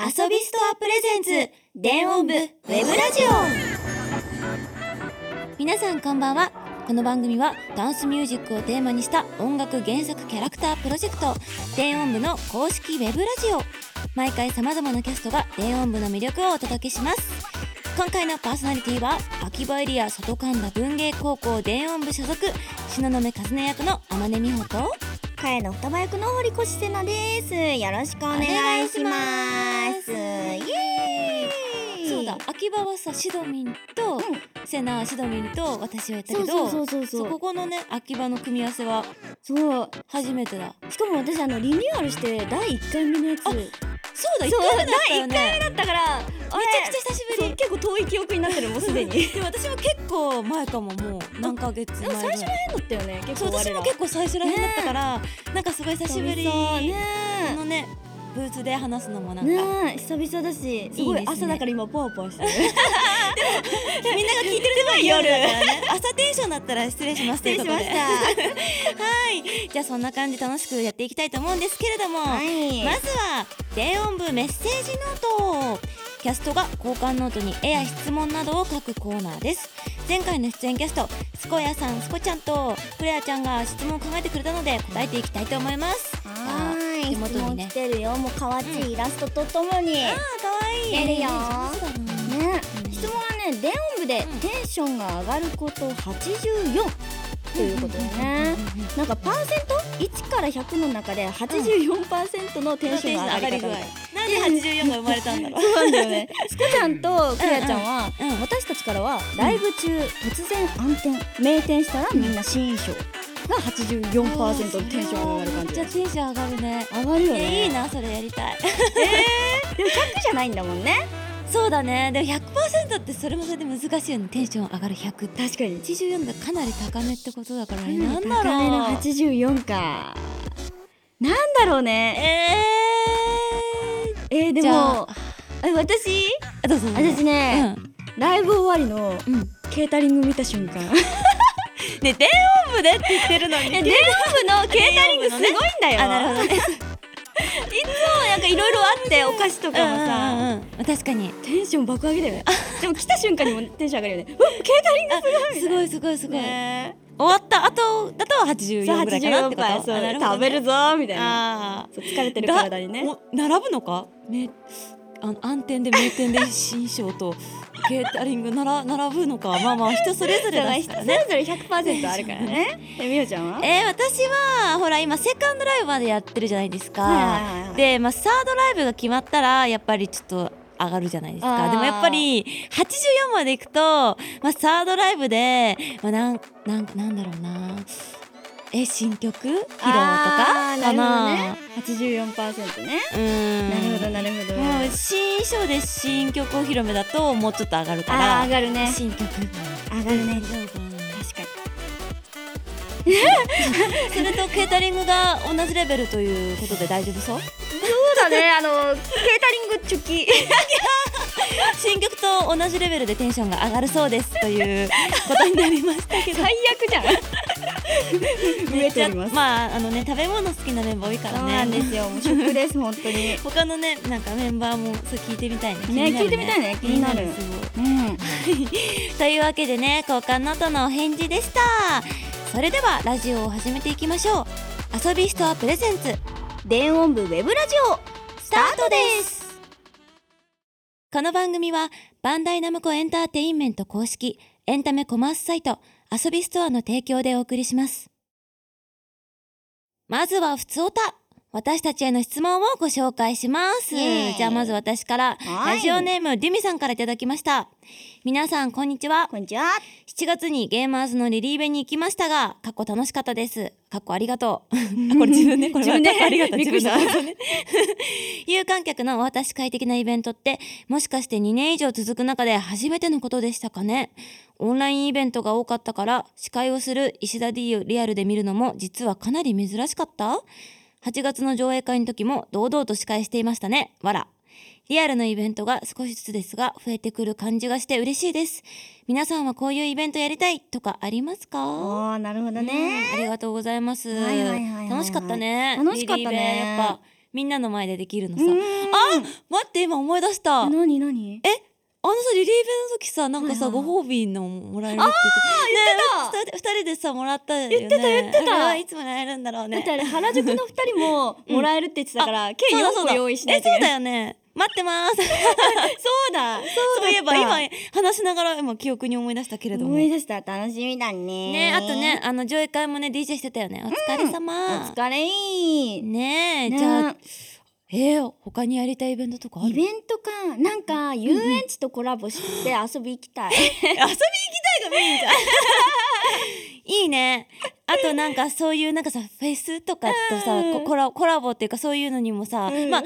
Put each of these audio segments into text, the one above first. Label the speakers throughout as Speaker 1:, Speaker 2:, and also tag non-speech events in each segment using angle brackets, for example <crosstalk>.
Speaker 1: 遊びストアプレゼンツ電音部ウェブラジオ皆さんこんばんはこの番組はダンスミュージックをテーマにした音楽原作キャラクタープロジェクト電音部の公式ウェブラジオ毎回様々なキャストが電音部の魅力をお届けします今回のパーソナリティは秋葉エリア外神田文芸高校電音部所属東雲和音役の天音美穂と
Speaker 2: かえの双葉役の堀越瀬奈です。よろしくお願いします。イエーイ。
Speaker 1: そうだ。秋葉はさシドミンと、セナシドミンと私はやったけ
Speaker 2: そ
Speaker 1: ど
Speaker 2: うそうそうそう
Speaker 1: そう
Speaker 2: そ
Speaker 1: こ
Speaker 2: う。
Speaker 1: このね秋葉の組み合わせは
Speaker 2: そう。
Speaker 1: 初めてだ
Speaker 2: しかも私あのリニューアルして第一回目のやつ。
Speaker 1: あ
Speaker 2: そう
Speaker 1: そうだ
Speaker 2: 第
Speaker 1: 一回目だっ
Speaker 2: 一
Speaker 1: たよね
Speaker 2: だったから。めち
Speaker 1: めちゃくちゃ久しぶり
Speaker 2: 結構遠い記憶になってるもうすでに。
Speaker 1: でも私も結構前かももう何ヶ月前
Speaker 2: <laughs> でも最初
Speaker 1: らへ
Speaker 2: 変だったよね。結
Speaker 1: そう
Speaker 2: 構
Speaker 1: 私
Speaker 2: 我
Speaker 1: も
Speaker 2: ら。
Speaker 1: 結構最初らへんだったから、なんかすごい久しぶり
Speaker 2: 久々
Speaker 1: こ
Speaker 2: ね
Speaker 1: のねブーツで話すのもなんか、
Speaker 2: ねえ久々だし、すご
Speaker 1: いい
Speaker 2: い
Speaker 1: ですね
Speaker 2: 朝だから今パワパワしてる。 <laughs>
Speaker 1: みんなが聞いてるのは夜だからね <laughs> 朝テンションだったら失礼しますということで <laughs> はいじゃあそんな感じ楽しくやっていきたいと思うんですけれども、
Speaker 2: い
Speaker 1: まずは電音部メッセージノートキャストが交換ノートに絵や質問などを書くコーナーです前回の出演キャストスコヤさんスコちゃんとフレアちゃんが質問を考えてくれたので答えていきたいと思います
Speaker 2: はーい。
Speaker 1: 手
Speaker 2: 質
Speaker 1: 元に
Speaker 2: 問
Speaker 1: ね
Speaker 2: 来てるよ。もう可愛いイラストとともに。ね。
Speaker 1: あーかわいい
Speaker 2: やるよ
Speaker 1: うん
Speaker 2: 質問はね、電音部で
Speaker 1: うん
Speaker 2: テンションが上がること84ということでね。なんかパーセント1から100の中で84%のテンションが上がり方みたい
Speaker 1: なんで84が生まれたんだろう
Speaker 2: そうなんだよね。 <laughs> スコちゃんとクレアちゃんは、
Speaker 1: うんうん
Speaker 2: 私たちからはライブ中突然暗転、名店したらみんな新衣装が84%のテンションが上がる感じ
Speaker 1: めっちゃテンション上がるね
Speaker 2: 上がるよね。
Speaker 1: えいいなそれやりたい
Speaker 2: 100じゃないんだもんね。
Speaker 1: <laughs> そうだねでも100%ってそれもそれで難しいよねテンション上がる100って
Speaker 2: 確かに。
Speaker 1: 84だかなり高めってことだから、
Speaker 2: 高い
Speaker 1: なんだ
Speaker 2: の
Speaker 1: ろう
Speaker 2: 84か。なんだろうね。
Speaker 1: え
Speaker 2: えー、
Speaker 1: ー、
Speaker 2: で
Speaker 1: じゃあ、
Speaker 2: もえ私
Speaker 1: あどうぞどうぞ
Speaker 2: 私ね、ライブ終わりの
Speaker 1: うん、うん、
Speaker 2: ケータリング見た瞬間。
Speaker 1: ね電音部でって言ってるのに
Speaker 2: <laughs> え、電音部のケータリングすごいんだよ。
Speaker 1: あなるほどね
Speaker 2: なんかいろいろあって、お菓子とかもさ。
Speaker 1: うんうんうんうん確かに
Speaker 2: テンション爆上げだよ <laughs> ね。でも来た瞬間にもテンション上がるよね。うん、ケータリング
Speaker 1: すごいすごいすごい、
Speaker 2: ね。
Speaker 1: 終わった後だと84ぐらいかなってこと
Speaker 2: そう
Speaker 1: あなるほど
Speaker 2: 食べるぞみたいな。
Speaker 1: あー
Speaker 2: そう疲れてる体にね。
Speaker 1: だお並ぶのかめあの暗転で名店で新衣装とケータリングなら並ぶのかまあまあ人それぞれ
Speaker 2: だから
Speaker 1: です
Speaker 2: 人
Speaker 1: から
Speaker 2: そ
Speaker 1: ね
Speaker 2: れぞれ100%あるから <laughs> ね。え、みおちゃんは
Speaker 1: えー、私はほら今セカンドライブまでやってるじゃないですか、
Speaker 2: はいはいはいはい
Speaker 1: で、まあ、サードライブが決まったらやっぱりちょっと上がるじゃないです
Speaker 2: あ
Speaker 1: か
Speaker 2: ー
Speaker 1: でもやっぱり84までいくと、まあ、サードライブで、まあ、なんなんなんだろうなえ新曲披露とか
Speaker 2: あーな
Speaker 1: か
Speaker 2: るほど
Speaker 1: な
Speaker 2: ね。84%ね。
Speaker 1: うーん
Speaker 2: なるほどなるほど。
Speaker 1: もう新衣装で新曲お披露目だともうちょっと上がるか
Speaker 2: あー
Speaker 1: ら
Speaker 2: 上がるね。 <laughs>
Speaker 1: 新曲
Speaker 2: 上がる
Speaker 1: 大丈夫か
Speaker 2: ね。
Speaker 1: な
Speaker 2: 確かに。
Speaker 1: それとケータリングが同じレベルということで大丈夫そう
Speaker 2: そうだね。あのケータリングチョ <laughs> キ。
Speaker 1: 新曲と同じレベルでテンションが上がるそうですということになりましたけど
Speaker 2: 最悪じゃん。増えております。
Speaker 1: まああのね食べ物好きなメンバー多いから
Speaker 2: そうなんで
Speaker 1: ね
Speaker 2: すよ。もう食 <laughs> です本当に。
Speaker 1: 他のねなんかメンバーもそう聞いてみたいね気になる
Speaker 2: 聞いてみたいね。気になる。
Speaker 1: すごい
Speaker 2: うん。
Speaker 1: というわけでね交換ノートのお返事でしたそれではラジオを始めていきましょう遊びストアプレゼンツ
Speaker 2: 電音部ウェブラジオ
Speaker 1: スタートですこの番組はバンダイナムコエンターテインメント公式エンタメコマースサイト遊びストアの提供でお送りしますまずはふつおた私たちへの質問をご紹介します
Speaker 2: イエーイ
Speaker 1: じゃあまず私から
Speaker 2: はい
Speaker 1: ラジオネームデュミさんからいただきました皆さんこんにちは
Speaker 2: こんにちは。
Speaker 1: 7月にゲーマーズのリリーベに行きましたが、過去楽しかったです。過去ありがとう。あ
Speaker 2: <laughs>
Speaker 1: これ自分ね、これは
Speaker 2: 自分ね
Speaker 1: 過去ありがとう。
Speaker 2: びっくりした
Speaker 1: 自分の <laughs> 有観客のお渡し会的なイベントって、もしかして2年以上続く中で初めてのことでしたかね。オンラインイベントが多かったから、司会をする石田 D をリアルで見るのも実はかなり珍しかった8月の上映会の時も堂々と司会していましたね。わら。リアルのイベントが少しずつですが増えてくる感じがして嬉しいです。皆さんはこういうイベントやりたいとかありますか
Speaker 2: おおなるほど
Speaker 1: うんありがとうございます。
Speaker 2: はいはいはいはいはい
Speaker 1: 楽しかったね。
Speaker 2: 楽しかっ
Speaker 1: リ
Speaker 2: たね
Speaker 1: リーベやっぱみんなの前でできるのさ、
Speaker 2: うん
Speaker 1: 待って今思い出したあのさ
Speaker 2: 何何
Speaker 1: えリリーベの時さなんかさ、
Speaker 2: はいはい
Speaker 1: ご褒美のもらえるって言ってね二人二人でさもらったよね
Speaker 2: 言ってた言ってた
Speaker 1: あれはいつもらえるんだろう
Speaker 2: だ
Speaker 1: ね
Speaker 2: ってあれ原宿の2人ももらえるって言ってたから、計
Speaker 1: そうだ
Speaker 2: 4
Speaker 1: そう
Speaker 2: 個
Speaker 1: だ
Speaker 2: 用意しない
Speaker 1: え
Speaker 2: と
Speaker 1: そうだ
Speaker 2: よ
Speaker 1: よね待って
Speaker 2: <laughs>
Speaker 1: ます <laughs>
Speaker 2: そうだそうだ
Speaker 1: そういえば
Speaker 2: った
Speaker 1: 今話しながら今記憶に思い出したけれども
Speaker 2: 思い出した楽しみだね
Speaker 1: ねあとねあの上映会もね DJ してたよねお疲れ
Speaker 2: お
Speaker 1: 様、
Speaker 2: 疲れい
Speaker 1: ねえ、
Speaker 2: ね
Speaker 1: じゃあえー、他にやりたいイベントとかある
Speaker 2: イベントかなんか遊園地とコラボして遊び行きたい
Speaker 1: 遊び行きたいがメインじゃんいいねあとなんかそういうなんかさフェスとかとさ、
Speaker 2: うん
Speaker 1: こコラコラボっていうかそういうのにもさ、
Speaker 2: うん
Speaker 1: まあ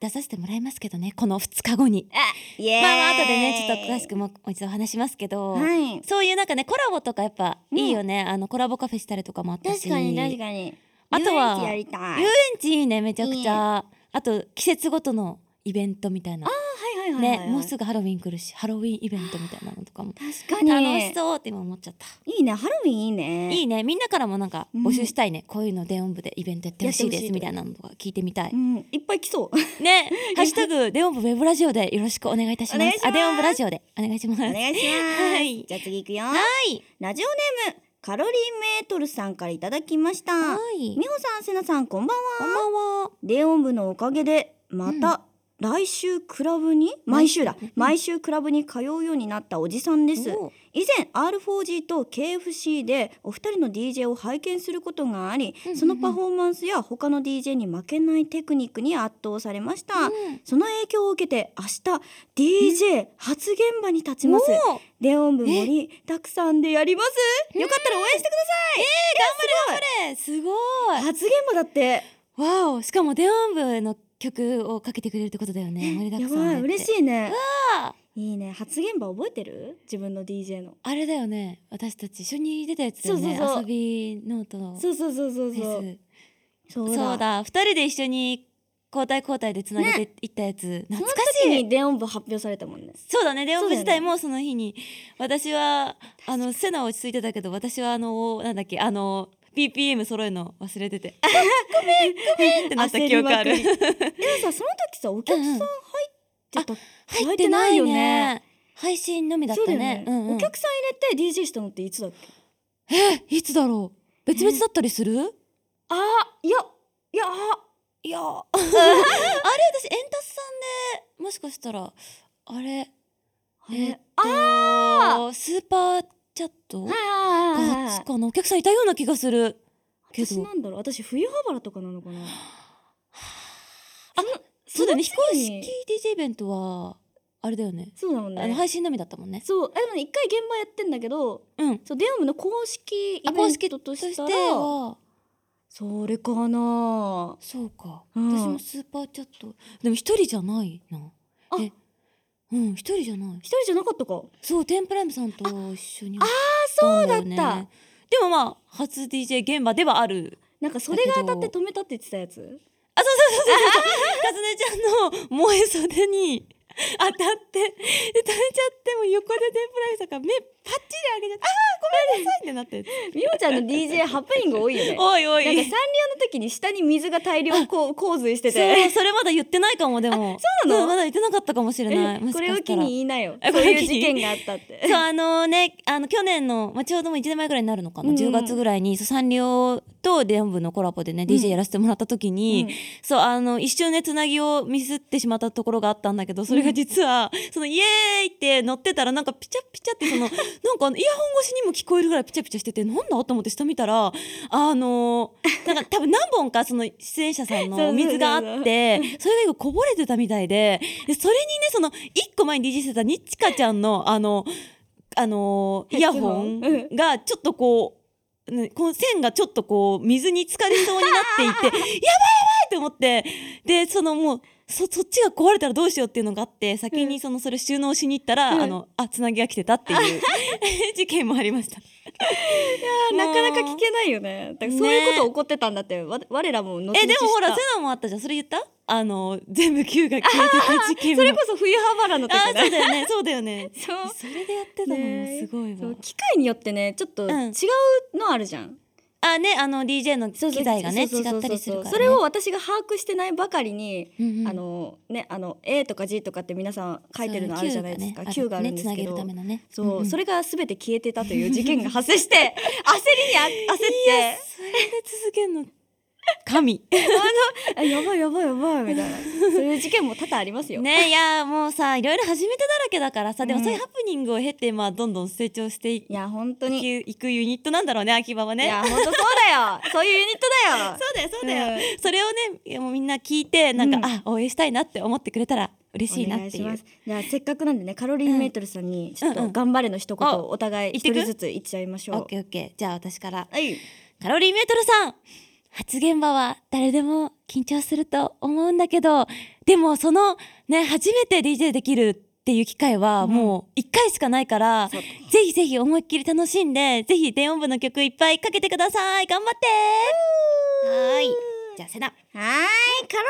Speaker 1: 出させてもらいますけどねこの2日後に、
Speaker 2: あ <laughs> イエーイ
Speaker 1: まあまあ後でねちょっと詳しくもう一度話しますけど、
Speaker 2: はい
Speaker 1: そういうなんかねコラボとかやっぱいいよね、あのコラボカフェしたりとかもあったし
Speaker 2: 確かに確かに
Speaker 1: あとは
Speaker 2: 遊園地やりたい
Speaker 1: 遊園地いいねめちゃくちゃあと季節ごとのイベントみたいな
Speaker 2: はいはいはいはい
Speaker 1: ねもうすぐハロウィン来るしハロウィンイベントみたいなのとかも
Speaker 2: 確かに
Speaker 1: 楽しそうって今思っちゃった
Speaker 2: いいねハロウィンいいね
Speaker 1: い
Speaker 2: い
Speaker 1: いねみんなからもなんか募集したいね、こういうの電音部でイベントやってほしいですみたいなのとか聞いてみたい、
Speaker 2: うんいっぱい
Speaker 1: <laughs>
Speaker 2: 来そう <laughs>
Speaker 1: ね「ハッシュタグ電音部ウェブラジオ」でよろしくお願いいたし
Speaker 2: お
Speaker 1: ま
Speaker 2: 願
Speaker 1: す
Speaker 2: いします
Speaker 1: あ電音部ラジオでお願いします
Speaker 2: お願いします、
Speaker 1: はい
Speaker 2: じゃあ次行くよ
Speaker 1: はい
Speaker 2: ラジオネームカロリーメートルさんからいただきました
Speaker 1: はい
Speaker 2: 美穂さんせなさんこんばんは
Speaker 1: こんばんは
Speaker 2: 電音部のおかげでまた来週クラブに毎週だ毎週クラブに通うようになったおじさんです
Speaker 1: おう
Speaker 2: 以前 R4G と KFC でお二人の DJ を拝見することがあり
Speaker 1: うんうん
Speaker 2: そのパフォーマンスや他の DJ に負けないテクニックに圧倒されました
Speaker 1: うん
Speaker 2: その影響を受けて明日 DJ 初現場に立ちます
Speaker 1: おう
Speaker 2: 電音部盛りたくさんでやります
Speaker 1: うん
Speaker 2: よかったら応援してください
Speaker 1: 頑張れすごい
Speaker 2: 初現場だって
Speaker 1: わおしかも電音部の曲をかけてくれるってことだよね盛りだ
Speaker 2: や
Speaker 1: くさんで
Speaker 2: ばい嬉
Speaker 1: い
Speaker 2: しいね
Speaker 1: わ
Speaker 2: いいね発言場覚えてる自分の DJ の
Speaker 1: あれだよね私たち一緒に出たやつだよね
Speaker 2: そうそうそう
Speaker 1: 遊びノート
Speaker 2: そうそうそうそう
Speaker 1: フ
Speaker 2: そ
Speaker 1: ェ
Speaker 2: う
Speaker 1: ス
Speaker 2: そ
Speaker 1: そうだ二人で一緒に交代交代でつなげていったやつ、
Speaker 2: その
Speaker 1: 懐かし
Speaker 2: 時
Speaker 1: い
Speaker 2: に電音部発表されたもんね
Speaker 1: そうだね電音部
Speaker 2: そう
Speaker 1: 自
Speaker 2: だよね
Speaker 1: 体もその日に、私はあのセナは落ち着いてたけど私はあのなんだっけあの BPM 揃えるの忘れててあごめんごめん <laughs> ってなった記憶ある
Speaker 2: 焦りまくりでもさその時さお客さん入ってた、
Speaker 1: 入ってないよね配信のみだっ
Speaker 2: そう
Speaker 1: た
Speaker 2: だよ
Speaker 1: ね
Speaker 2: ね、
Speaker 1: うんうん
Speaker 2: お客さん入れて DJ したのっていつだっけ
Speaker 1: えいつだろう別々だったりする、
Speaker 2: あいやいや
Speaker 1: いやあれ私エンタスさんでもしかしたらあれ
Speaker 2: あ
Speaker 1: えっ
Speaker 2: れ
Speaker 1: と
Speaker 2: あ
Speaker 1: スーパーチャットが
Speaker 2: はいはいはいはい
Speaker 1: つかなお客さんいたような気がするけ
Speaker 2: 私
Speaker 1: ど
Speaker 2: なんだろう私冬葉原とかなのかな
Speaker 1: あそうだよね非
Speaker 2: そ
Speaker 1: 公
Speaker 2: の次
Speaker 1: 式
Speaker 2: に
Speaker 1: DJ イベントはあれだよね
Speaker 2: そうだもん
Speaker 1: あの
Speaker 2: ね
Speaker 1: 配信のみだったもんね
Speaker 2: そうあでもね一回現場やってんだけど
Speaker 1: うん
Speaker 2: そう電音部の公式イ
Speaker 1: あ
Speaker 2: ベ
Speaker 1: 公
Speaker 2: ン
Speaker 1: 式
Speaker 2: ト
Speaker 1: そ
Speaker 2: と
Speaker 1: して
Speaker 2: したら
Speaker 1: は
Speaker 2: それかな
Speaker 1: そうか、
Speaker 2: うん
Speaker 1: 私もスーパーチャットでも一人じゃないな
Speaker 2: あ
Speaker 1: えうん一人じゃない
Speaker 2: 一人じゃなかったか
Speaker 1: そうテンプライムさんと一緒に
Speaker 2: あ
Speaker 1: そう
Speaker 2: だった
Speaker 1: でもまあ初 DJ 現場ではある
Speaker 2: なんか袖が当たって止めたって言ってたや <laughs>
Speaker 1: あ
Speaker 2: つ
Speaker 1: そうそうそうそうそうかずねちゃんの燃え袖に当たってで止めちゃってもう横でテンプライムさんが目パッチリ上げてああーごめんなさいってなってる
Speaker 2: みおちゃんの DJ ハプニング多いよね
Speaker 1: おいおい
Speaker 2: なんかサンリオの時に下に水が大量こ <laughs> う洪水して
Speaker 1: そ
Speaker 2: て
Speaker 1: うそれまだ言ってないかもでも
Speaker 2: そうなの
Speaker 1: まだ言ってなかったかもしれない
Speaker 2: え
Speaker 1: もし
Speaker 2: こ
Speaker 1: か
Speaker 2: れを
Speaker 1: した
Speaker 2: 機
Speaker 1: ら
Speaker 2: に言いなよ
Speaker 1: え
Speaker 2: そ
Speaker 1: こ
Speaker 2: う
Speaker 1: れを機
Speaker 2: いう
Speaker 1: に
Speaker 2: 事件があった <laughs> って
Speaker 1: そうあのねあの去年の、まあ、ちょうどもう1年前ぐらいになるのかな、
Speaker 2: うんうん
Speaker 1: 10月ぐらいにそうサンリオと電音部のコラボでね、DJ やらせてもらった時に、
Speaker 2: うん
Speaker 1: そうあの一瞬ねつなぎをミスってしまったところがあったんだけどそれが実は、そのイエーイって乗ってたらなんかピチャピチャっ
Speaker 2: <laughs>
Speaker 1: てそのなんかイヤホン越しにも聞こえるぐらいピチャピチャしててなんだと思って下見たらあのなんか多分何本かその出演者さんのお水があって
Speaker 2: <laughs> そうそうそうそう
Speaker 1: ってそれが今こぼれてたみたいででそれにねその1個前に DJ してたにちかちゃんのあのあのイヤホ
Speaker 2: ヘッドホン
Speaker 1: ンがちょっとこう、ね、この線がちょっとこう水に浸かりそうになっていてや <laughs> ばいやばいって思ってでそのもうそそっちが壊れたらどうしようっていうのがあって先
Speaker 2: う
Speaker 1: にそのそれ収納しに行ったら、
Speaker 2: うん
Speaker 1: あのあつなぎが来てたって <laughs> いう事件もありました。
Speaker 2: あなかなか聞けないよねだからそういうこと起こってたんだって、わ我らも後々
Speaker 1: <laughs> えでもほら
Speaker 2: 知っ
Speaker 1: セナもあったじゃんそれ言ったあの全部 Q が消えてた事件 <laughs> も
Speaker 2: たそれこそ冬葉原の時
Speaker 1: あーそう
Speaker 2: ね
Speaker 1: だよね <laughs> そうだよね
Speaker 2: <laughs> そう
Speaker 1: それでやってたのもすごいわ、
Speaker 2: そう機械によってねちょっと
Speaker 1: うん
Speaker 2: 違うのあるじゃん、
Speaker 1: あねあの DJ の
Speaker 2: そうそう
Speaker 1: 機材がね
Speaker 2: そうそう
Speaker 1: 違ったりす
Speaker 2: そう
Speaker 1: る
Speaker 2: そ
Speaker 1: か
Speaker 2: う
Speaker 1: ら、ね、
Speaker 2: それを、私が把握してないばかりに、
Speaker 1: うんうん
Speaker 2: あのねあの A とか G とかって皆さん書いてるのあるじゃないですか Q があるんです
Speaker 1: つ
Speaker 2: け
Speaker 1: なげる
Speaker 2: ど
Speaker 1: ためのね
Speaker 2: そう、
Speaker 1: んん
Speaker 2: それが全て消えてたという事件が発生し
Speaker 1: <laughs>
Speaker 2: て焦りにあ焦って
Speaker 1: それで続けるの
Speaker 2: <laughs>
Speaker 1: 神
Speaker 2: あやばいやばいやばいみたいなそういう事件も多々ありますよ。
Speaker 1: ねいやもうさいろいろ初めてだらけだからさでも
Speaker 2: うん
Speaker 1: そういうハプニングを経てまあどんどん成長してい
Speaker 2: いや本当に、
Speaker 1: きいくユニットなんだろうね秋葉はいね
Speaker 2: や本当そうだよそういうユニットだよ。
Speaker 1: そうだよそうだよ、それをねいやもうみんな聞いてなんか、
Speaker 2: うん
Speaker 1: あ応援したいなって思ってくれたら嬉しいな
Speaker 2: お
Speaker 1: っ
Speaker 2: 願い
Speaker 1: て
Speaker 2: し
Speaker 1: い
Speaker 2: ま
Speaker 1: う
Speaker 2: す。じゃあせっかくなんでねカロリーメイトルさんにちょっ
Speaker 1: うんう
Speaker 2: と
Speaker 1: ん
Speaker 2: 頑張れの一言
Speaker 1: あ
Speaker 2: をお互い
Speaker 1: 言っ
Speaker 2: 一
Speaker 1: てく
Speaker 2: 人ずつ言っちゃいまし
Speaker 1: オッ
Speaker 2: ょ
Speaker 1: ケーオッケーじゃあ私から
Speaker 2: う。はい。
Speaker 1: カロリーメートルさん発言場は誰でも緊張すると思うんだけどでもそのね初めて DJ できるっていう機会は
Speaker 2: うん
Speaker 1: もう1回しかないから、
Speaker 2: そう
Speaker 1: ぜひぜひ思いっきり楽しんでぜひ電音部の曲いっぱいかけてください頑張ってはーいじゃあセナ
Speaker 2: はーい、カロ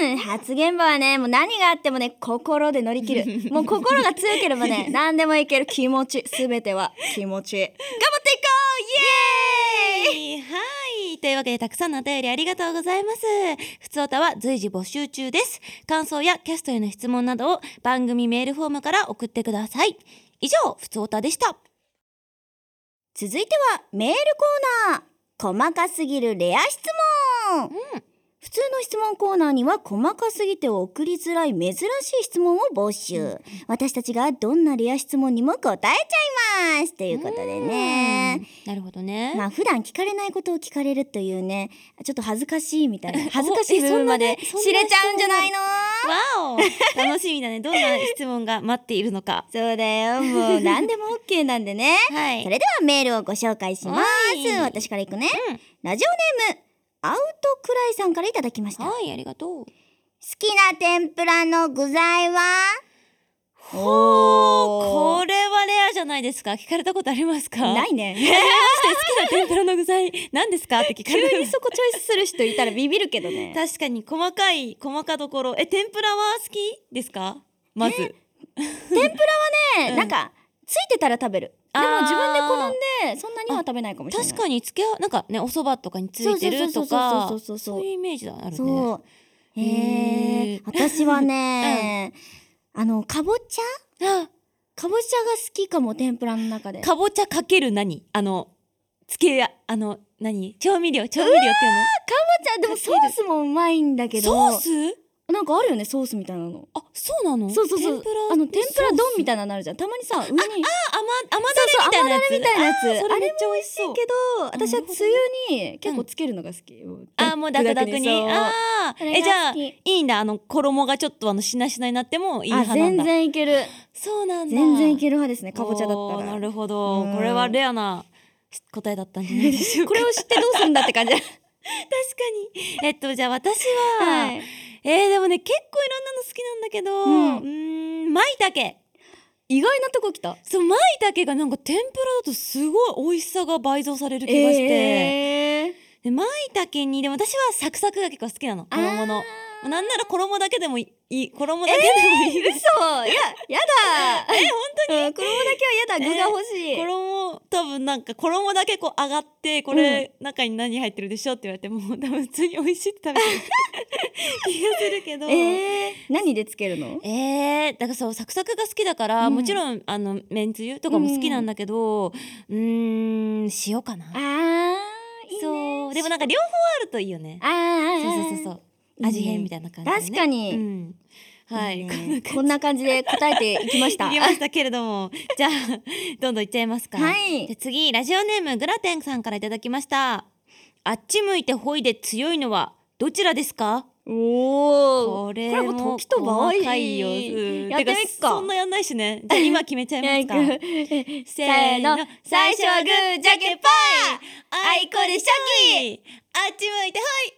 Speaker 2: リーメートルさん発言場はね、もう何があってもね、心で乗り切
Speaker 1: <laughs>
Speaker 2: る。もう心が強ければね、何でもいける気持ち。すべては気持ち。頑張っていこうイエーイ
Speaker 1: はい。というわけで、たくさんのお便りありがとうございます。ふつおたは随時募集中です。感想やキャストへの質問などを番組メールフォームから送ってください。以上、ふつおたでした。
Speaker 2: 続いてはメールコーナー細かすぎるレア質問、普通の質問コーナーには細かすぎて送りづらい珍しい質問を募集、私たちがどんなレア質問にも答えちゃいますということでね
Speaker 1: うんなるほどね。
Speaker 2: まあ普段聞かれないことを聞かれるというねちょっと恥ずかしいみた
Speaker 1: <laughs>
Speaker 2: いな恥ずかしい部分まで
Speaker 1: えそんな
Speaker 2: 知れちゃうんじゃないの
Speaker 1: わお楽しみだね。どんな質問が待っているのか。
Speaker 2: そうだよもう何でも OK なんでね
Speaker 1: <laughs> はい。
Speaker 2: それではメールをご紹介します
Speaker 1: はい
Speaker 2: 私からいくね、
Speaker 1: うん
Speaker 2: ラジオネームアウトクライさんからいただきました好
Speaker 1: はい、ありがとう。
Speaker 2: きな天ぷらの具材はお
Speaker 1: これはレアじゃないですか。聞かれたことありますか。
Speaker 2: ないいね
Speaker 1: 好きな天ぷらの具材、何ですかって聞かれる。
Speaker 2: 急にそこチョイスする人いたらビビるけど <laughs> ね
Speaker 1: 確かに細かい細かどころえ天ぷらは好きですかまず、
Speaker 2: ね
Speaker 1: うん
Speaker 2: なんかついてたら食べるで
Speaker 1: あー
Speaker 2: も自分で好んでそんなには食べないかもしれない
Speaker 1: 確かにつけあなんかねお蕎麦とかについてるとか
Speaker 2: そうそうそうそうそうそう
Speaker 1: そういうイメージだあるね
Speaker 2: そうへ
Speaker 1: へ
Speaker 2: え
Speaker 1: ー
Speaker 2: 私は <laughs> ね、あのかぼちゃ
Speaker 1: あ
Speaker 2: かぼちゃが好きかも天ぷらの中で
Speaker 1: かぼちゃかける何あのつけやあの何調味料調味料っていうの
Speaker 2: ちゃでもソースもうまいんだけど
Speaker 1: ソース
Speaker 2: なんかあるよねソースみたいなの
Speaker 1: あそうなの
Speaker 2: そうそうそう
Speaker 1: 天ぷら
Speaker 2: あの天ぷら丼み
Speaker 1: たい
Speaker 2: たいなのあるじゃんたまにさ上に
Speaker 1: な甘甘だれみたいなやつ
Speaker 2: そうそう甘だれみたいなやつ
Speaker 1: あーそれ
Speaker 2: あれ
Speaker 1: めっちゃ美味し
Speaker 2: 美
Speaker 1: そ
Speaker 2: 味し
Speaker 1: う
Speaker 2: いけど私は
Speaker 1: なるほ
Speaker 2: つ
Speaker 1: どね
Speaker 2: ゆに結構つけるのが好き、
Speaker 1: あーもうダクダクに
Speaker 2: そう
Speaker 1: ああ
Speaker 2: それが
Speaker 1: えじゃあ
Speaker 2: 好き
Speaker 1: いいんだあの衣がちょっとあのしなしなになってもいい
Speaker 2: あ
Speaker 1: 派なん
Speaker 2: 全
Speaker 1: だ
Speaker 2: 然いける
Speaker 1: そうなんだ
Speaker 2: 全然いける派ですねかぼちゃだった
Speaker 1: おーな
Speaker 2: ら <laughs>
Speaker 1: るほど
Speaker 2: うん
Speaker 1: これはレアな答えだったんじゃないでしょうか
Speaker 2: <laughs> これを知ってどうするんだって感じ
Speaker 1: 確かに <laughs> えっとじゃあ私は、
Speaker 2: はい
Speaker 1: えーでもね結構いろんなの好きなんだけどう
Speaker 2: うん
Speaker 1: ーん舞茸
Speaker 2: 意外なとこ来た
Speaker 1: そう舞茸がなんか天ぷらだとすごい美味しさが倍増される気がして、
Speaker 2: えー、
Speaker 1: で舞茸にでも私はサクサクが結構好きなの衣のなんなら衣だけでもいい衣だけでもいいです、
Speaker 2: そうややだえ本当に、うん、衣だけはやだ具が欲しい、
Speaker 1: 衣多分なんか衣だけこう上がってこれ中に何入ってるでしょって言われても多分普通に美味しいって食べてる気がするけど
Speaker 2: えー、何でつけるの
Speaker 1: えー、だからそうサクサクが好きだから、
Speaker 2: うん
Speaker 1: もちろんあのめんつゆとかも好きなんだけどうーん塩かな
Speaker 2: あー
Speaker 1: そうでもなんか両方あるといいよね
Speaker 2: あー
Speaker 1: そうそうそうそう
Speaker 2: いいね
Speaker 1: 味変みたいな感じで、ね、
Speaker 2: 確かに
Speaker 1: うん、はい
Speaker 2: ね
Speaker 1: こんな感じ
Speaker 2: <laughs> こんな感じで答えていきました
Speaker 1: 言い
Speaker 2: <laughs>
Speaker 1: ましたけれどもじゃあどんどんいっちゃいますか
Speaker 2: はい
Speaker 1: で次ラジオネームグラテンさんからいただきましたあっち向いてほいで強いのはどちらですか
Speaker 2: お
Speaker 1: これ
Speaker 2: これも
Speaker 1: も
Speaker 2: 時と場合
Speaker 1: 細かいようん
Speaker 2: やってみっか
Speaker 1: てそんなやんないしねじゃあ今決めちゃい
Speaker 2: <laughs>
Speaker 1: ますかせーの最初はグーじゃけんぽいあいこでしょきあっち向いてほい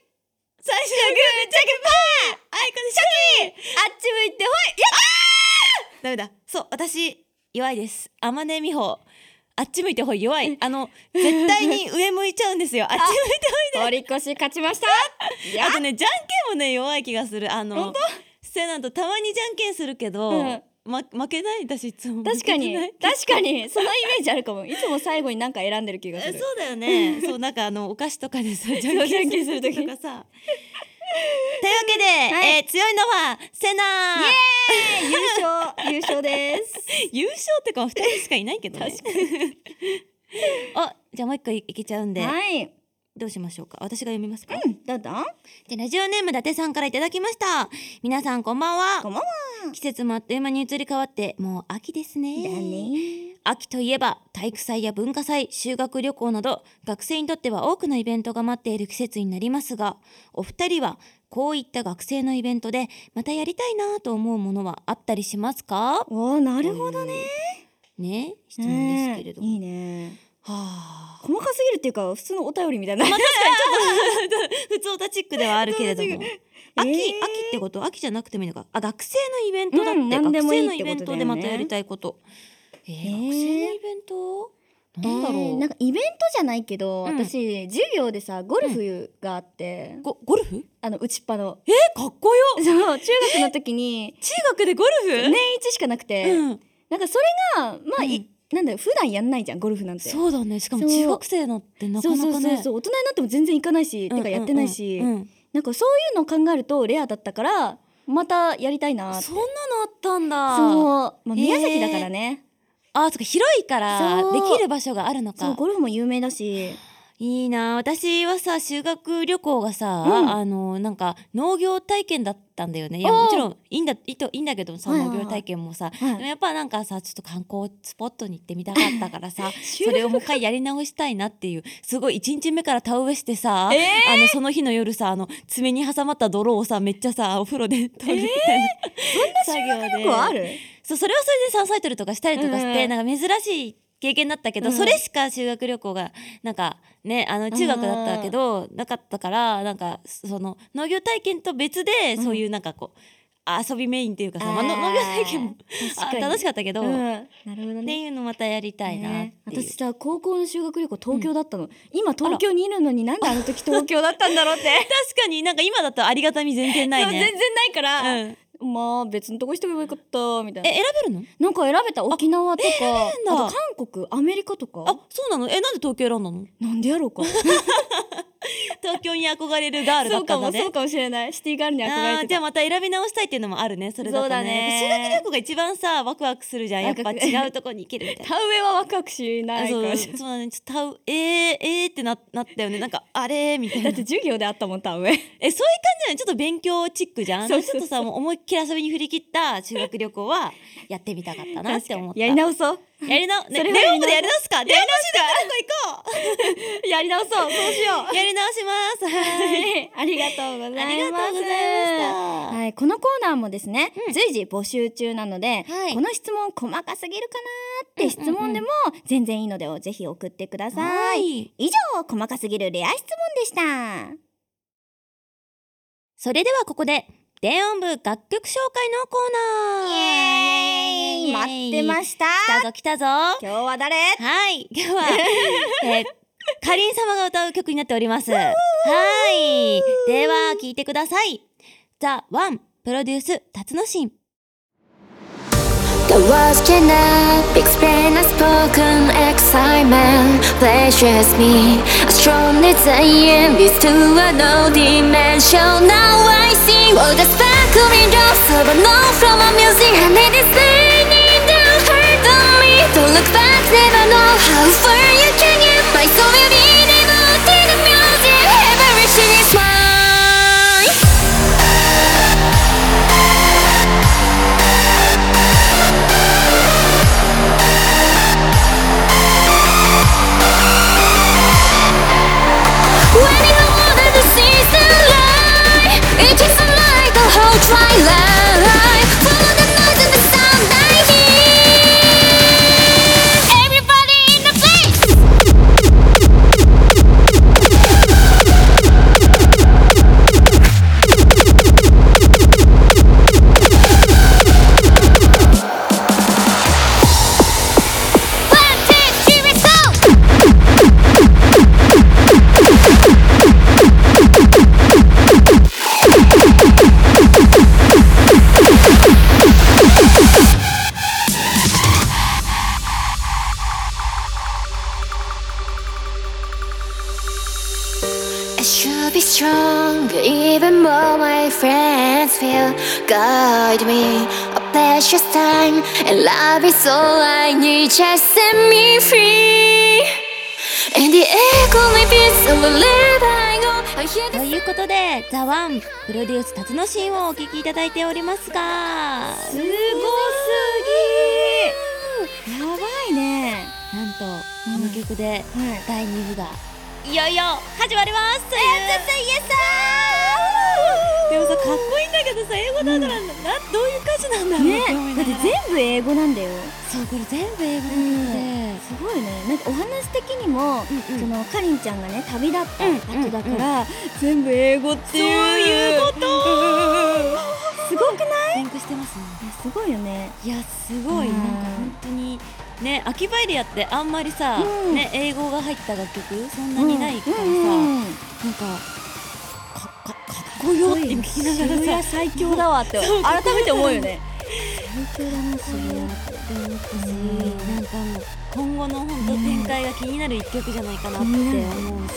Speaker 1: 最初はグーじゃけんぽいあいこでしょき
Speaker 2: あっち向いて
Speaker 1: ダメだそう私弱いです天音美穂あっち向いてほい弱いあの絶対に上向いちゃうんですよあっち向いて
Speaker 2: ほい堀越勝ちましたいや
Speaker 1: あとねじゃんけんもね弱い気がするあの
Speaker 2: 本
Speaker 1: せやなんとたまにじゃんけんするけど、
Speaker 2: うん
Speaker 1: ま、負けないだしいつも
Speaker 2: 確かに
Speaker 1: 負けてない
Speaker 2: 確かにそのイメージあるかもいつも最後になんか選んでる気がす
Speaker 1: え
Speaker 2: る
Speaker 1: そうだよねそうなんかあのお菓子とかでさじゃんけんする時と
Speaker 2: <laughs>
Speaker 1: かさというわけで、
Speaker 2: はい
Speaker 1: えー強いのはセナ
Speaker 2: 優勝優
Speaker 1: <laughs>
Speaker 2: 勝です
Speaker 1: 優勝ってか2人しかいないけどねあじゃあもう一個いいけちゃうんで、
Speaker 2: はい
Speaker 1: どうしましょうか私が読みますか、
Speaker 2: うんどうぞ
Speaker 1: でラジオネーム伊達さんからいただきました皆さんこんばんは
Speaker 2: こんばんは
Speaker 1: 季節もあっという間に移り変わってもう秋ですね
Speaker 2: だね
Speaker 1: 秋といえば体育祭や文化祭修学旅行など学生にとっては多くのイベントが待っている季節になりますがお二人はこういった学生のイベントでまたやりたいなと思うものはあったりしますか
Speaker 2: おーなるほどね
Speaker 1: ね質問で
Speaker 2: ね
Speaker 1: すけれども、
Speaker 2: いいね
Speaker 1: はあ
Speaker 2: 細かすぎるっていうか普通のお便りみたいな
Speaker 1: 普通オタチックではあるけれども
Speaker 2: 普通
Speaker 1: 秋、
Speaker 2: <laughs> えー
Speaker 1: 秋ってこと秋じゃなくてもいいのかあ学生のイベントだって、
Speaker 2: うん何で
Speaker 1: 学
Speaker 2: もい
Speaker 1: 生
Speaker 2: い
Speaker 1: の
Speaker 2: っ
Speaker 1: イ
Speaker 2: て
Speaker 1: ベ
Speaker 2: こ
Speaker 1: ン
Speaker 2: とだ
Speaker 1: ト
Speaker 2: よね
Speaker 1: でまたやりたいことえー
Speaker 2: えー
Speaker 1: 学生のイベントなんだろう、
Speaker 2: えーなんかイベントじゃないけど、
Speaker 1: うん
Speaker 2: 私授業でさゴルフがあって、
Speaker 1: ゴゴルフ
Speaker 2: あの打ちっぱの <laughs>
Speaker 1: えー、かっこよ
Speaker 2: そう中学の時に
Speaker 1: 中学でゴルフ
Speaker 2: 年一しかなくて、
Speaker 1: うん、
Speaker 2: なんかそれがまあ、いなんだよ普段やんないじゃんゴルフなんて
Speaker 1: そうだねしかも
Speaker 2: そう
Speaker 1: 中学生になってなかなかね
Speaker 2: そうそうそうそう大人になっても全然行かないし、
Speaker 1: うん
Speaker 2: てかやってないし、
Speaker 1: うんうん
Speaker 2: なんかそういうのを考えるとレアだったからまたやりたいなって
Speaker 1: そんなのあったんだ
Speaker 2: そう、
Speaker 1: へ
Speaker 2: まあ、
Speaker 1: ー
Speaker 2: 宮崎だからね、
Speaker 1: あそっか広いから
Speaker 2: そう
Speaker 1: できる場所があるの
Speaker 2: そう
Speaker 1: か
Speaker 2: ゴルフも有名だし
Speaker 1: いいな私はさ修学旅行がさ、
Speaker 2: うん
Speaker 1: あのなんか農業体験だったんだよねいや
Speaker 2: おー
Speaker 1: もちろんいいんだいいといいんだけどさ
Speaker 2: はいはいは
Speaker 1: 農
Speaker 2: い
Speaker 1: 業体験もさ、
Speaker 2: はい
Speaker 1: でもやっぱなんかさちょっと観光スポットに行ってみたかったからさ
Speaker 2: <laughs> 修
Speaker 1: それをもう一回やり直したいなっていうすごい1日目から田植えしてさ、
Speaker 2: え
Speaker 1: あのその日の夜さあの爪に挟まった泥をさめっちゃさお風呂で取るみたいな、そんな修
Speaker 2: 結構ある
Speaker 1: そうそれはそれで山菜採りとかしたりとかして、
Speaker 2: うん
Speaker 1: なんか珍しい経験だったけど、
Speaker 2: うん
Speaker 1: それしか修学旅行がなんかねあの中学だったけど、なかったからなんかその農業体験と別で
Speaker 2: うん
Speaker 1: そういうなんかこう、遊びメインっていうかさ、まあ、
Speaker 2: あー
Speaker 1: の農業体験も
Speaker 2: 確か
Speaker 1: あ
Speaker 2: に
Speaker 1: 楽しかったけど、
Speaker 2: うん
Speaker 1: っ
Speaker 2: なるほどね
Speaker 1: ていうのまたやりたいなって
Speaker 2: ね
Speaker 1: いう、
Speaker 2: 私さ高校の修学旅行東京だったの、今東京にいるのになんであの時東京だったんだろうって
Speaker 1: 確かになんか今だとありがたみ全然 <laughs> ない
Speaker 2: <laughs> そう全
Speaker 1: ね。
Speaker 2: 然ないから、
Speaker 1: うん、え
Speaker 2: まあ別のとこしてもよかったみたいな
Speaker 1: 選べるの
Speaker 2: なんか選べた沖縄とかあ,、
Speaker 1: んだ
Speaker 2: と韓国アメリカと
Speaker 1: あ
Speaker 2: か
Speaker 1: そうなのえなんで東京選んだの
Speaker 2: なんでやろ
Speaker 1: <laughs>
Speaker 2: うか
Speaker 1: 東京に憧れるガールだ
Speaker 2: <laughs> そ
Speaker 1: っ
Speaker 2: う
Speaker 1: た
Speaker 2: か
Speaker 1: んだ
Speaker 2: も
Speaker 1: ね
Speaker 2: そうかもしれないシティガールに
Speaker 1: あ
Speaker 2: 憧
Speaker 1: ー
Speaker 2: れ
Speaker 1: じ
Speaker 2: て
Speaker 1: ゃあ
Speaker 2: た
Speaker 1: また選び直したいっていうのもあるねそれだとね
Speaker 2: そうだね
Speaker 1: 修学旅行が一番さワクワクするじゃんやっぱ
Speaker 2: ワクワク
Speaker 1: 違うとこに行けるみたいな。
Speaker 2: 田植え <laughs> はワクワクしな
Speaker 1: あ
Speaker 2: いか
Speaker 1: そ
Speaker 2: も
Speaker 1: う
Speaker 2: しれない
Speaker 1: そうだねちょっとえー、えー、ってななったよねなんかあれーみたいな
Speaker 2: だ <laughs> っ
Speaker 1: え
Speaker 2: て授業であったもん田植え
Speaker 1: そういう感じだよねちょっと勉強チックじゃん
Speaker 2: そうそうそう
Speaker 1: ちょっとさもう思いっきり遊びに振り切った修学旅行はやってみたかったなって思った
Speaker 2: やり直そう
Speaker 1: やりなね
Speaker 2: それは
Speaker 1: レ
Speaker 2: や
Speaker 1: オ
Speaker 2: り
Speaker 1: ン
Speaker 2: 直
Speaker 1: でやり直すかレオン行こ
Speaker 2: やり直そうそうしよ <laughs>
Speaker 1: うやり直します
Speaker 2: う
Speaker 1: はい
Speaker 2: はいありがとうございます
Speaker 1: ありがとうございました
Speaker 2: はい、このコーナーもですね、随時募集中なので、
Speaker 1: はい
Speaker 2: この質問細かすぎるかなーって質問でも全然いいのでぜひ送ってください、
Speaker 1: い
Speaker 2: 以上細かすぎるレア質問でした
Speaker 1: それではここで電音部楽曲紹介のコーナーイエーイ
Speaker 2: 待ってました
Speaker 1: 来たぞ来 <laughs> たぞは
Speaker 2: 今日は誰
Speaker 1: い今 <laughs> 日は、えー、かりん様が歌う曲になっておりますはいでは聴いてくださいザ・ワンプロデュース辰野心
Speaker 3: The words cannot be explained as spoken excitement pleasures me. A strong desire leads to a no dimension. Now I see all the sparkling drops of a know from a music and it is raining down hurt on me. Don't look back, never know how far you can get. My soul will be devoted to music. Everything is mine. Running all of the season light It is like a whole twilight Follow the noise and the sound I hear Everybody in the place friends will guide me A precious time and love is all I need Just set me free In the echo of this lullaby I hear
Speaker 1: ということで、ザワンプロデュース辰野シーンをお聞きいただいておりますが、
Speaker 2: すごすぎやばいね
Speaker 1: なんとこの曲で
Speaker 2: はい
Speaker 1: 第2部がいよいよ始まりますというでもさかっこいいんだけどさ英語だからなんだ、などういう歌詞なんだろうって思
Speaker 2: ね
Speaker 1: いな
Speaker 2: だっ
Speaker 1: が
Speaker 2: て
Speaker 1: ら
Speaker 2: 全部英語なんだよ
Speaker 1: そうこれ全部英語なのです
Speaker 2: ごいねなんかお話的にも、
Speaker 1: うんうん
Speaker 2: そのかりんちゃんがね旅立った後だから、
Speaker 1: 全部英語って
Speaker 2: いう
Speaker 1: そういうこと
Speaker 2: すごくない
Speaker 1: 勉強してますね
Speaker 2: すごいよね
Speaker 1: いやすごい、
Speaker 2: うん
Speaker 1: なんか本当にねアキバイリアってあんまりさ、
Speaker 2: うん
Speaker 1: ね英語が入った楽曲そんなにないからさ、
Speaker 2: うんうんう
Speaker 1: な
Speaker 2: ん
Speaker 1: んかかかかっこよって聞きながら
Speaker 2: 渋
Speaker 1: さ
Speaker 2: 谷最強だわって改めて思うよね最強だな
Speaker 1: そういうのって思ったし、
Speaker 2: うん
Speaker 1: なんかもう今後の本当展開が気になる一曲じゃないかなって思うし、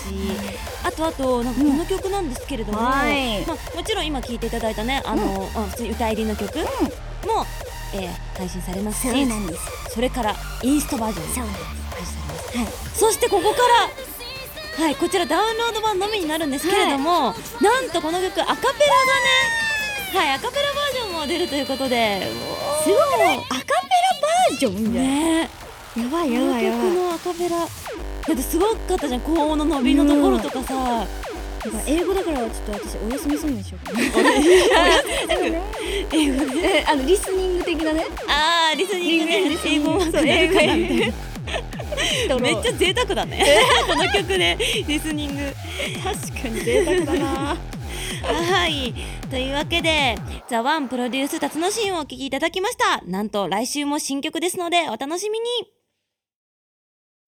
Speaker 1: あとあとなんかこの曲なんですけれども、
Speaker 2: うんはい
Speaker 1: まあもちろん今聴いていただいたねあの、あ普通に歌入りの曲も、えー配信されますし、
Speaker 2: んです
Speaker 1: それからインストバージョンも
Speaker 2: そうなんで
Speaker 1: 配信されます。はい、そしてここからはいこちらダウンロード版のみになるんですけれども、なんとこの曲アカペラがねはいアカペラバージョンも出るということで。
Speaker 2: すごいアカペラバージョンみたい
Speaker 1: ねえ
Speaker 2: なやばい
Speaker 1: こ
Speaker 2: や
Speaker 1: の
Speaker 2: ばいやば
Speaker 1: 曲
Speaker 2: い
Speaker 1: のアカペラだってすごかったじゃん高音の伸びのところとかさ、
Speaker 2: なんか英語だからちょっと私お休みするんでしょうかね <laughs>
Speaker 1: 英語で
Speaker 2: えあのリスニング的なね
Speaker 1: ああリスニングね
Speaker 2: リスニ
Speaker 1: 英
Speaker 2: ング
Speaker 1: 語もそう英語
Speaker 2: そう英
Speaker 1: みたいなめっちゃ贅沢だ
Speaker 2: <laughs>
Speaker 1: ねこの曲でリスニング
Speaker 2: 確かに贅沢だな
Speaker 1: はいというわけで「ザワンプロデュース辰野シーン」をお聴きいただきましたなんと来週も新曲ですのでお楽しみに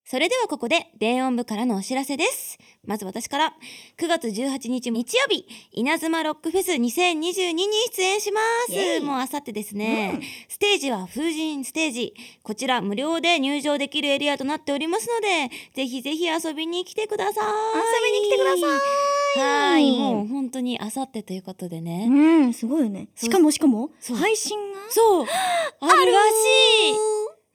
Speaker 1: それではここで電音部からのお知らせですまず私から9月18日日曜日稲妻ロックフェス2022に出演しま
Speaker 2: イエイ
Speaker 1: すもうあさってですね、ステージは風神ステージこちら無料で入場できるエリアとなっておりますのでぜひぜひ遊びに来てください
Speaker 2: 遊びに来てください
Speaker 1: はい、もう本当にあさってということでね。
Speaker 2: うんすごいよねしかもしかも
Speaker 1: そう
Speaker 2: 配信が
Speaker 1: そう、あるらしい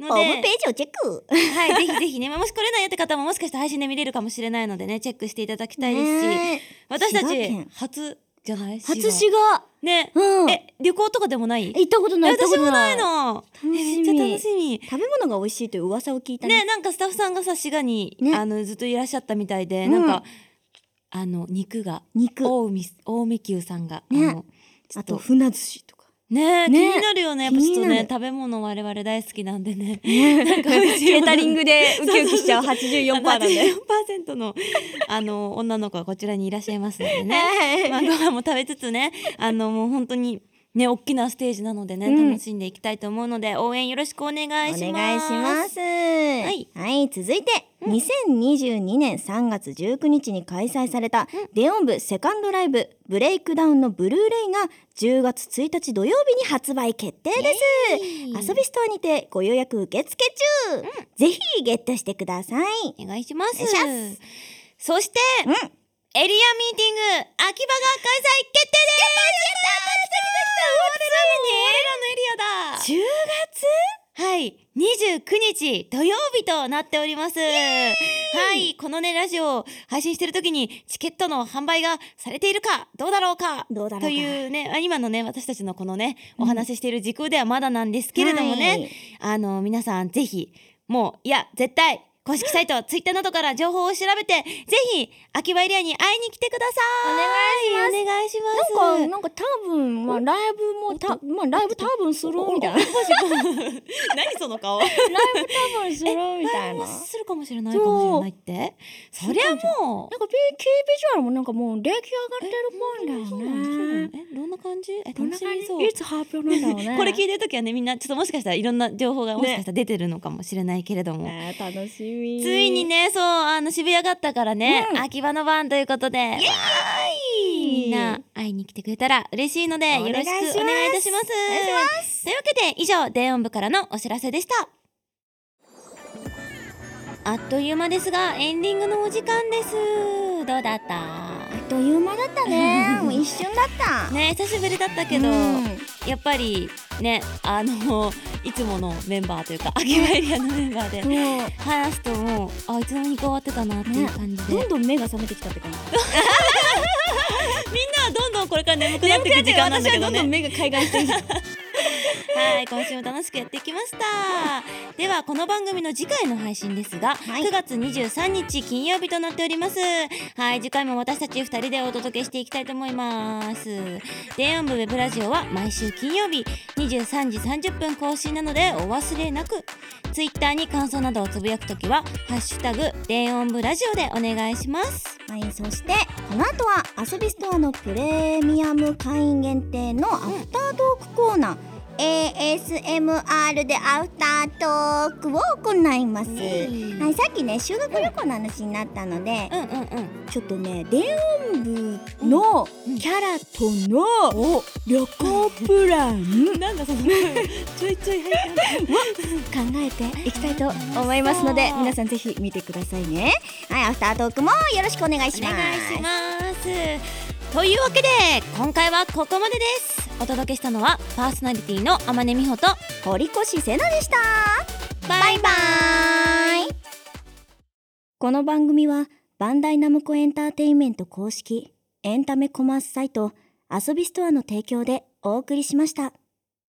Speaker 1: の
Speaker 2: ホームペ
Speaker 1: で、
Speaker 2: ージをチェック
Speaker 1: はい、ぜひぜひね、まあ <laughs> もし来れないよって方ももしかしたら配信で見れるかもしれないのでね、チェックしていただきたいですし、
Speaker 2: ね
Speaker 1: 私た
Speaker 2: 滋賀
Speaker 1: ち
Speaker 2: 県
Speaker 1: 初じゃない
Speaker 2: 初
Speaker 1: 滋
Speaker 2: しが
Speaker 1: 賀ね、
Speaker 2: うん
Speaker 1: え、旅行とかでもない
Speaker 2: 行ったことない行ったこ
Speaker 1: 私
Speaker 2: と
Speaker 1: も
Speaker 2: な
Speaker 1: ないいの。え
Speaker 2: 楽しみ
Speaker 1: めっちゃ楽しみ。
Speaker 2: 食べ物が美味しいという噂を聞いた
Speaker 1: ね、なんかスタッフさんがさ、滋賀に、
Speaker 2: ね
Speaker 1: あの、ずっといらっしゃったみたいで、
Speaker 2: うん
Speaker 1: なんか、あの、肉が、
Speaker 2: 肉
Speaker 1: 大海、大海牛さんが、
Speaker 2: ね
Speaker 1: あの、ちょ
Speaker 2: あ
Speaker 1: っと
Speaker 2: と船寿司とか
Speaker 1: ねえ気
Speaker 2: ね
Speaker 1: になるよねやっぱちょっと
Speaker 2: 気にな
Speaker 1: ね
Speaker 2: る
Speaker 1: 食べ物我々大好きなんでね
Speaker 2: なんか
Speaker 1: 美味しいもの
Speaker 2: <laughs> ケータリングでウキウキしちゃう
Speaker 1: あ
Speaker 2: 84%
Speaker 1: の
Speaker 2: なん <laughs> で。
Speaker 1: 84%のあの女の子がこちらにいらっしゃいますのでね、まあ、
Speaker 2: ね
Speaker 1: ご飯も食べつつねあのもう本当にね大きなステージなのでね、
Speaker 2: うん
Speaker 1: 楽しんでいきたいと思うので応援よろしくお願いし
Speaker 2: お
Speaker 1: ま
Speaker 2: 願い
Speaker 1: す
Speaker 2: します。
Speaker 1: い
Speaker 2: はい、続いて、2022年3月19日に開催された、デオン部セカンドライブブレイクダウンのブルーレイが10月1日土曜日に発売決定です。遊びストアにてご予約受付中、ぜひゲットしてください。
Speaker 1: お願いします
Speaker 2: お願いし
Speaker 1: そして、
Speaker 2: う
Speaker 1: エ
Speaker 2: ん。
Speaker 1: リアミーティング秋葉が開催決定です
Speaker 2: 10月
Speaker 1: はい、29日土曜日となっております。はい、このね、ラジオを配信してる時にチケットの販売がされているか、どうだろうか、
Speaker 2: どうだろうか
Speaker 1: というね、あ今のね、私たちのこのね、お話ししている時空ではまだなんですけれどもね、
Speaker 2: はい
Speaker 1: あの、皆さんぜひ、もう、いや、絶対、公式サイト、ツイッターなどから情報を調べて、ぜひ、秋葉エリアに会いに来てください。お願いします。お願いします。
Speaker 2: なんか、なんか多分、まあライブもた、まあライブ多分するみたいな。ライブ
Speaker 1: 何その顔
Speaker 2: <laughs> 多分するみたいな。なん
Speaker 1: も
Speaker 2: か
Speaker 1: するかもしれないかもしれないってそりゃもう
Speaker 2: P、キービジュアルもなんかもう出来上がってるっぽいんだよね。
Speaker 1: えどんな感じえ
Speaker 2: ど
Speaker 1: 楽
Speaker 2: んな
Speaker 1: し
Speaker 2: 感
Speaker 1: みそう
Speaker 2: じいつ発表なんだ <laughs> ろうね。
Speaker 1: これ聞いてる時はねみんなちょっともしかしたらいろんな情報がもしかしたら出てるのかもしれないけれども、
Speaker 2: ね楽しみ。
Speaker 1: ついに。ねそうあの渋谷があったからね、
Speaker 2: うん
Speaker 1: 秋葉の番ということでわーいみんな会いに来てくれたら嬉しいので
Speaker 2: お
Speaker 1: よ
Speaker 2: 願い
Speaker 1: ろし
Speaker 2: します
Speaker 1: くお願いいたします
Speaker 2: お願いし
Speaker 1: というわけで以上電音部からのお知らせでしたあっという間ですがエンディングのお時間ですどうだった
Speaker 2: という間だった <laughs> ねもう一瞬だった
Speaker 1: ね久しぶりだったけど、
Speaker 2: うん
Speaker 1: やっぱりねあの <laughs> いつものメンバーというか秋葉エリアのメンバーで
Speaker 2: もう
Speaker 1: 話すともうあいつの間に変わってたなっていう感じで、
Speaker 2: どんどん目が覚めてきたって感じ
Speaker 1: みんなはどんどんこれから眠くなっていく時間なんだけど
Speaker 2: 私はどん
Speaker 1: ね
Speaker 2: どん目が海岸してる
Speaker 1: はい、今週も楽しくやってきました。では、この番組の次回の配信ですが、
Speaker 2: はい
Speaker 1: 9月23日金曜日となっております。はい、次回も私たち2人でお届けしていきたいと思います。電音部ウェブラジオは毎週金曜日23時30分更新なのでお忘れなく。ツイッターに感想などをつぶやくときは、ハッシュタグ、電音部ラジオでお願いします。
Speaker 2: はい、そしてこの後は遊びストアのプレミアム会員限定のアフタートークコーナー、ASMR でアフタートークを行います、
Speaker 1: ねえ
Speaker 2: はい、さっきね修学旅行の話になったので、
Speaker 1: うんうんうん。
Speaker 2: ちょっとね電音部のキャラとの旅行プラン
Speaker 1: なん <laughs> だその、ちょいちょい入ってる
Speaker 2: 考えていきたいと思いますので皆さんぜひ見てくださいねはいアフタートークもよろしくお願いし
Speaker 1: お
Speaker 2: ます
Speaker 1: 願いしますというわけで今回はここまでですお届けしたのはパーソナリティの天音美穂と
Speaker 2: 堀越瀬奈でした
Speaker 1: バイバイ
Speaker 2: この番組はバンダイナムコエンターテインメント公式エンタメコマースサイト遊びストアの提供でお送りしました。